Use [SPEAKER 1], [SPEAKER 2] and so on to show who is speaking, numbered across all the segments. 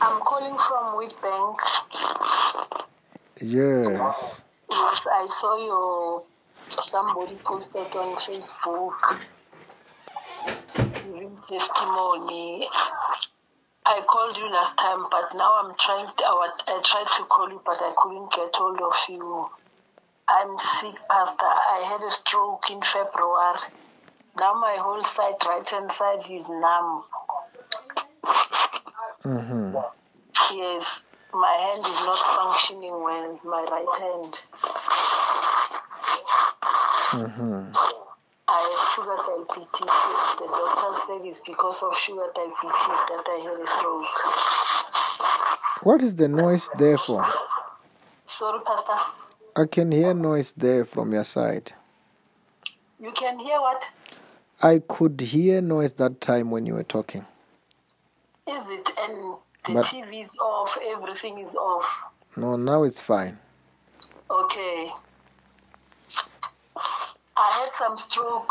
[SPEAKER 1] I'm calling from Wheatbank.
[SPEAKER 2] Yes.
[SPEAKER 1] Yes, I saw your somebody posted on Facebook giving testimony. I called you last time, but now I'm trying. To, I, wa- I tried to call you, but I couldn't get hold of you. I'm sick, Pastor. I had a stroke in February. Now my whole side, right hand side, is numb.
[SPEAKER 2] Mm-hmm.
[SPEAKER 1] Yes, my hand is not functioning well, my right hand.
[SPEAKER 2] Mm-hmm.
[SPEAKER 1] I have sugar diabetes. The doctor said it's because of sugar diabetes that I had a stroke.
[SPEAKER 2] What is the noise there for?
[SPEAKER 1] Sorry, Pastor.
[SPEAKER 2] I can hear noise there from your side.
[SPEAKER 1] You can hear what?
[SPEAKER 2] I could hear noise that time when you were talking.
[SPEAKER 1] Is it? And the
[SPEAKER 2] But-
[SPEAKER 1] TV is off, everything is off.
[SPEAKER 2] No, now it's fine.
[SPEAKER 1] Okay. I had some stroke.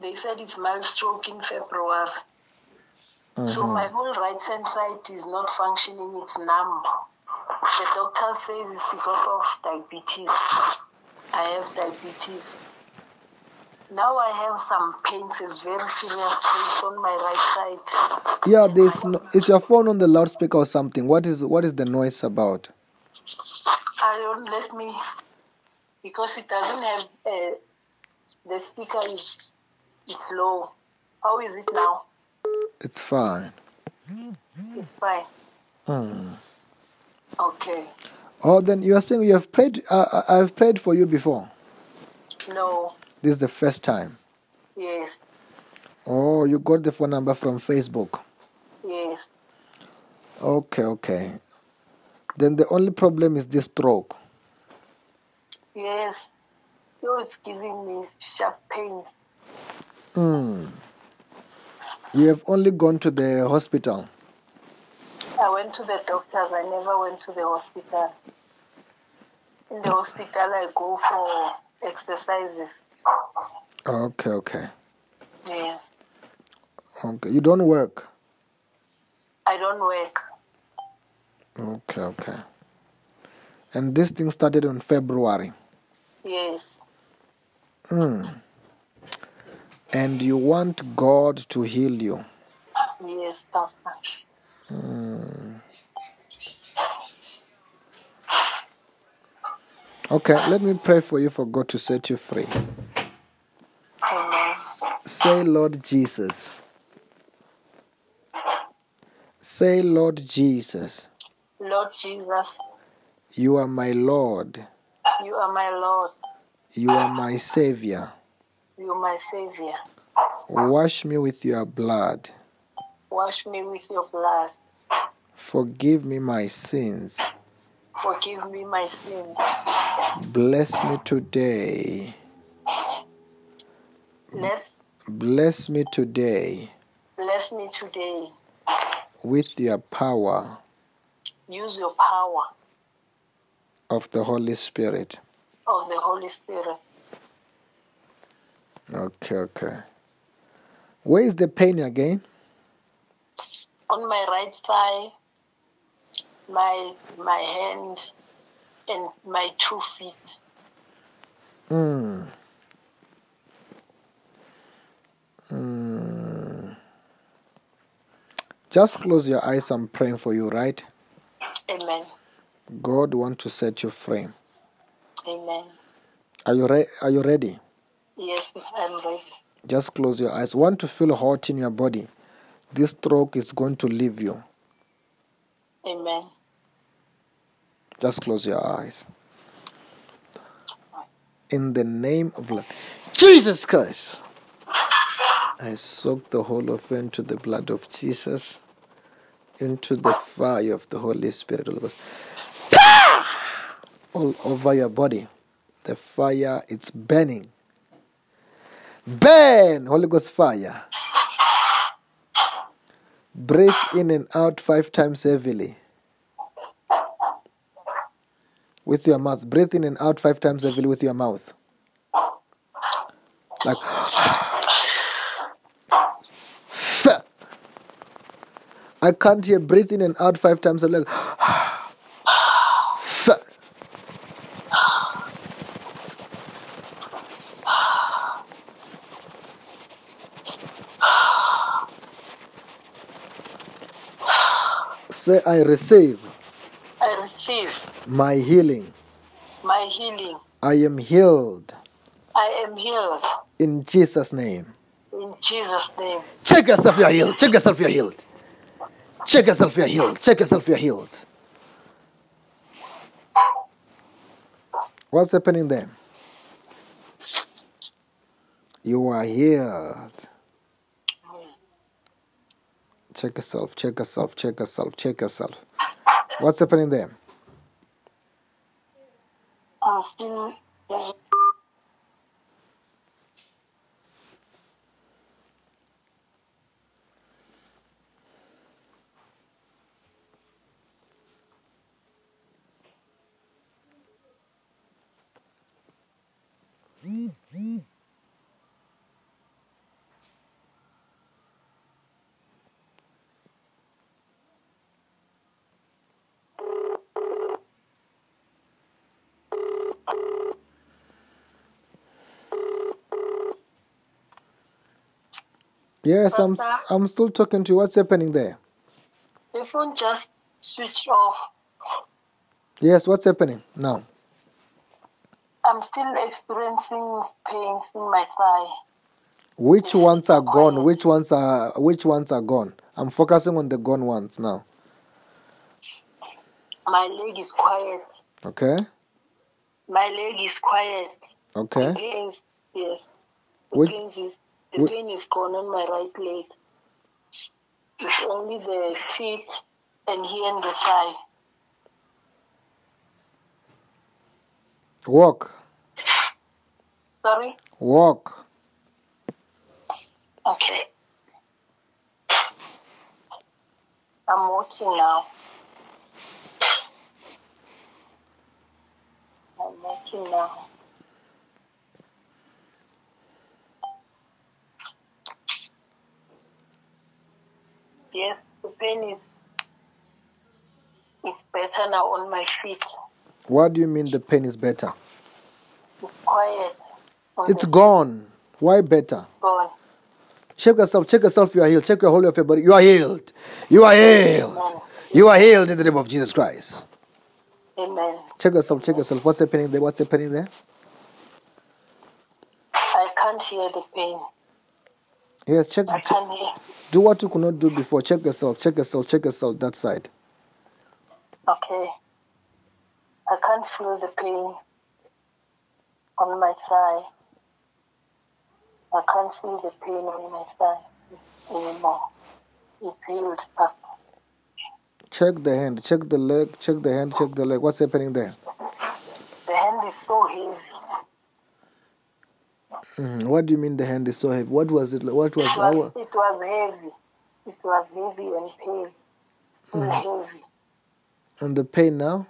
[SPEAKER 1] They said it's mild stroke in February. So
[SPEAKER 2] Mm-hmm.
[SPEAKER 1] my whole right hand side is not functioning, it's numb. The doctor says it's because of diabetes. I have diabetes. Now I have some pains, it's very serious pains on my right side.
[SPEAKER 2] Yeah, there's no, is your phone on the loudspeaker or something? What is what is the noise about?
[SPEAKER 1] I don't let me because it doesn't have uh, the speaker is it's low. How is it now?
[SPEAKER 2] It's fine.
[SPEAKER 1] It's fine. Okay.
[SPEAKER 2] Oh, then you are saying you have prayed. Uh, I- I've prayed for you before.
[SPEAKER 1] No.
[SPEAKER 2] This is the first time.
[SPEAKER 1] Yes.
[SPEAKER 2] Oh, you got the phone number from Facebook.
[SPEAKER 1] Yes.
[SPEAKER 2] Okay, okay. Then the only problem is this stroke.
[SPEAKER 1] Yes. So it's giving me sharp pains.
[SPEAKER 2] You have only gone to the hospital.
[SPEAKER 1] I went to the doctors. I never went to the hospital. In the hospital, I go for exercises.
[SPEAKER 2] Okay, okay,
[SPEAKER 1] Yes.
[SPEAKER 2] okay. You don't work.
[SPEAKER 1] I don't work.
[SPEAKER 2] Okay, okay. And this thing started on February, Hmm.
[SPEAKER 1] Yes.
[SPEAKER 2] and you want God to heal you.
[SPEAKER 1] Yes, Pastor.
[SPEAKER 2] Okay, let me pray for you for God to set you free.
[SPEAKER 1] Amen.
[SPEAKER 2] Say, Lord Jesus. Say, Lord Jesus,
[SPEAKER 1] Lord Jesus,
[SPEAKER 2] you are my Lord.
[SPEAKER 1] you are my Lord.
[SPEAKER 2] You are my Savior.
[SPEAKER 1] You are my Savior.
[SPEAKER 2] Wash me with your blood.
[SPEAKER 1] Wash me with your blood.
[SPEAKER 2] Forgive me my sins.
[SPEAKER 1] Forgive me my sins.
[SPEAKER 2] Bless me today.
[SPEAKER 1] Let's
[SPEAKER 2] Bless me today
[SPEAKER 1] bless me today.
[SPEAKER 2] with your power
[SPEAKER 1] Use your power
[SPEAKER 2] of the Holy Spirit.
[SPEAKER 1] of the Holy Spirit.
[SPEAKER 2] Okay, okay. Where is the pain again?
[SPEAKER 1] On my right thigh, my my hand and my two feet.
[SPEAKER 2] Mm. Mm. Just close your eyes. I'm praying for you, right?
[SPEAKER 1] Amen.
[SPEAKER 2] God wants to set you free.
[SPEAKER 1] Amen.
[SPEAKER 2] Are you re- Are you ready?
[SPEAKER 1] Yes, I'm ready.
[SPEAKER 2] Just close your eyes. Want to feel hot in your body? This stroke is going to leave you.
[SPEAKER 1] Amen.
[SPEAKER 2] Just close your eyes. In the name of Lord Jesus Christ, I soak the whole of you into the blood of Jesus, into the fire of the Holy Spirit. Holy Ghost. All over your body, the fire it's burning. Burn, Holy Ghost fire. Breathe in and out five times heavily. with your mouth. Breathe in and out five times heavily with your mouth. Like. I can't hear breathe in and out five times. I'm like, fuck. Say, I receive
[SPEAKER 1] I receive
[SPEAKER 2] my healing.
[SPEAKER 1] my healing.
[SPEAKER 2] I am healed
[SPEAKER 1] I am healed
[SPEAKER 2] in Jesus' name.
[SPEAKER 1] in Jesus' name.
[SPEAKER 2] Check yourself, you're healed. Check yourself, you're healed. Check yourself, you're healed. Check yourself, you're healed. What's happening there? You are healed. Check yourself, check yourself, check yourself, check yourself. What's happening there?
[SPEAKER 1] I'm still.
[SPEAKER 2] Yes, I'm, I'm still talking to you. What's happening there?
[SPEAKER 1] The phone just switched off.
[SPEAKER 2] Yes, what's happening now?
[SPEAKER 1] I'm still experiencing pains in my thigh.
[SPEAKER 2] Which ones are gone? Which ones are which ones are gone? I'm focusing on the gone ones now.
[SPEAKER 1] My leg is quiet.
[SPEAKER 2] Okay?
[SPEAKER 1] My leg is quiet. The
[SPEAKER 2] Okay.
[SPEAKER 1] pains, yes. The
[SPEAKER 2] Which-
[SPEAKER 1] pains is the
[SPEAKER 2] which-
[SPEAKER 1] pain is gone on my right leg. It's only the feet and here and the thigh.
[SPEAKER 2] Walk.
[SPEAKER 1] Sorry.
[SPEAKER 2] Walk.
[SPEAKER 1] Okay. I'm walking now. I'm walking now. Yes, the pain is it's better now on my feet.
[SPEAKER 2] What do you mean the pain is better?
[SPEAKER 1] It's quiet. On
[SPEAKER 2] It's
[SPEAKER 1] the
[SPEAKER 2] gone. Why better?
[SPEAKER 1] gone.
[SPEAKER 2] Check yourself, check yourself, you are healed. Check your whole of your body. You are healed. You are healed. You are healed in the name of Jesus Christ.
[SPEAKER 1] Amen.
[SPEAKER 2] Check yourself, check yourself. What's happening there? What's happening there?
[SPEAKER 1] I can't hear the pain.
[SPEAKER 2] Yes, check,
[SPEAKER 1] I
[SPEAKER 2] check.
[SPEAKER 1] can't hear.
[SPEAKER 2] Do what you could not do before. Check yourself, check yourself, check yourself that side.
[SPEAKER 1] Okay. I can't feel the pain on my thigh. I can't feel the pain on my thigh anymore. It's healed, Pastor.
[SPEAKER 2] Check the hand, check the leg, check the hand, check the leg. What's happening there?
[SPEAKER 1] The hand is so heavy.
[SPEAKER 2] Mhm. What do you mean the hand is so heavy? What was it? like? What was
[SPEAKER 1] It was,
[SPEAKER 2] our?
[SPEAKER 1] it was heavy. It was heavy and pale. Still heavy.
[SPEAKER 2] And the pain now?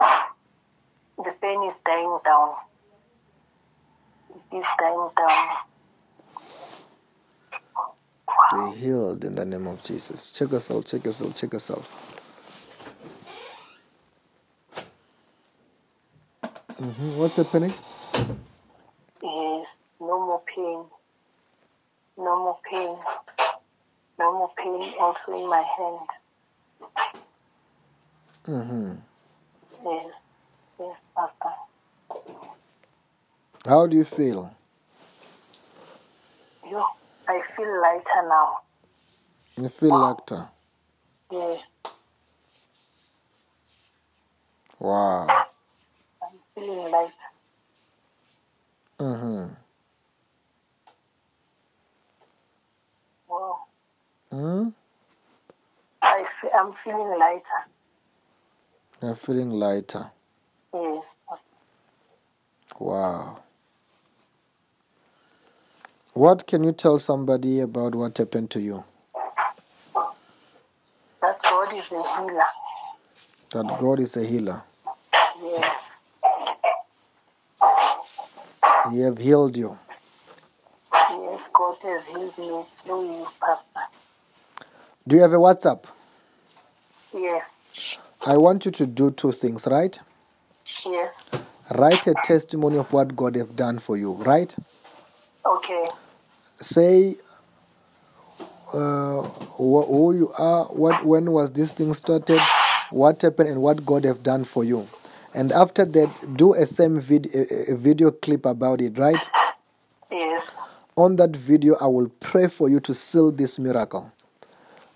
[SPEAKER 1] The pain is dying down. It is dying down.
[SPEAKER 2] Be healed in the name of Jesus. Check yourself, check yourself, check yourself. hmm What's happening?
[SPEAKER 1] Yes, no more pain. No more pain. No more pain also in my hand.
[SPEAKER 2] hmm
[SPEAKER 1] Yes, yes, Pastor.
[SPEAKER 2] How do you feel?
[SPEAKER 1] You, I feel lighter now.
[SPEAKER 2] You feel lighter.
[SPEAKER 1] Yes,
[SPEAKER 2] Wow.
[SPEAKER 1] I'm feeling light.
[SPEAKER 2] hmm
[SPEAKER 1] Wow,
[SPEAKER 2] hmm
[SPEAKER 1] I fe- I'm feeling lighter.
[SPEAKER 2] You're feeling lighter.
[SPEAKER 1] Yes, Pastor.
[SPEAKER 2] Wow. What can you tell somebody about what happened to you?
[SPEAKER 1] that God is a healer.
[SPEAKER 2] That God is a healer.
[SPEAKER 1] Yes,
[SPEAKER 2] He have healed you.
[SPEAKER 1] yes, God has healed me through you, Pastor.
[SPEAKER 2] Do you have a WhatsApp?
[SPEAKER 1] Yes.
[SPEAKER 2] I want you to do two things, right?
[SPEAKER 1] Yes.
[SPEAKER 2] Write a testimony of what God have done for you, right?
[SPEAKER 1] Okay.
[SPEAKER 2] Say uh, wh- who you are, what when was this thing started, what happened, and what God have done for you. And after that, do a same vid- a a video clip about it, right?
[SPEAKER 1] Yes.
[SPEAKER 2] On that video, I will pray for you to seal this miracle.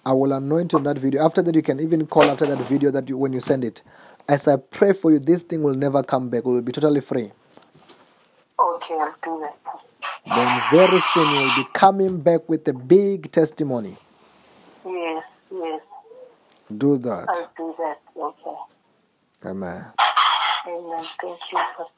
[SPEAKER 2] I will anoint on that video. After that, you can even call after that video that you, when you send it. As I pray for you, this thing will never come back. It will be totally free.
[SPEAKER 1] Okay, I'll do that.
[SPEAKER 2] Then very soon you will be coming back with a big testimony.
[SPEAKER 1] Yes. Yes.
[SPEAKER 2] Do that.
[SPEAKER 1] Oh. I'll do that. Okay.
[SPEAKER 2] Amen.
[SPEAKER 1] Amen. Thank you, Pastor.